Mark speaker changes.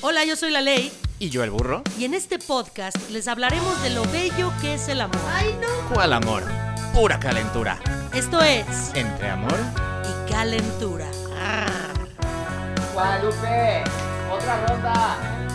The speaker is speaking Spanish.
Speaker 1: Hola, yo soy la ley
Speaker 2: ¿Y yo el burro?
Speaker 1: y en este podcast les hablaremos de lo bello que es el amor.
Speaker 2: ¿Cuál amor? Pura calentura.
Speaker 1: Esto es
Speaker 2: Entre amor.
Speaker 1: y calentura.
Speaker 3: Guadalupe, otra ronda.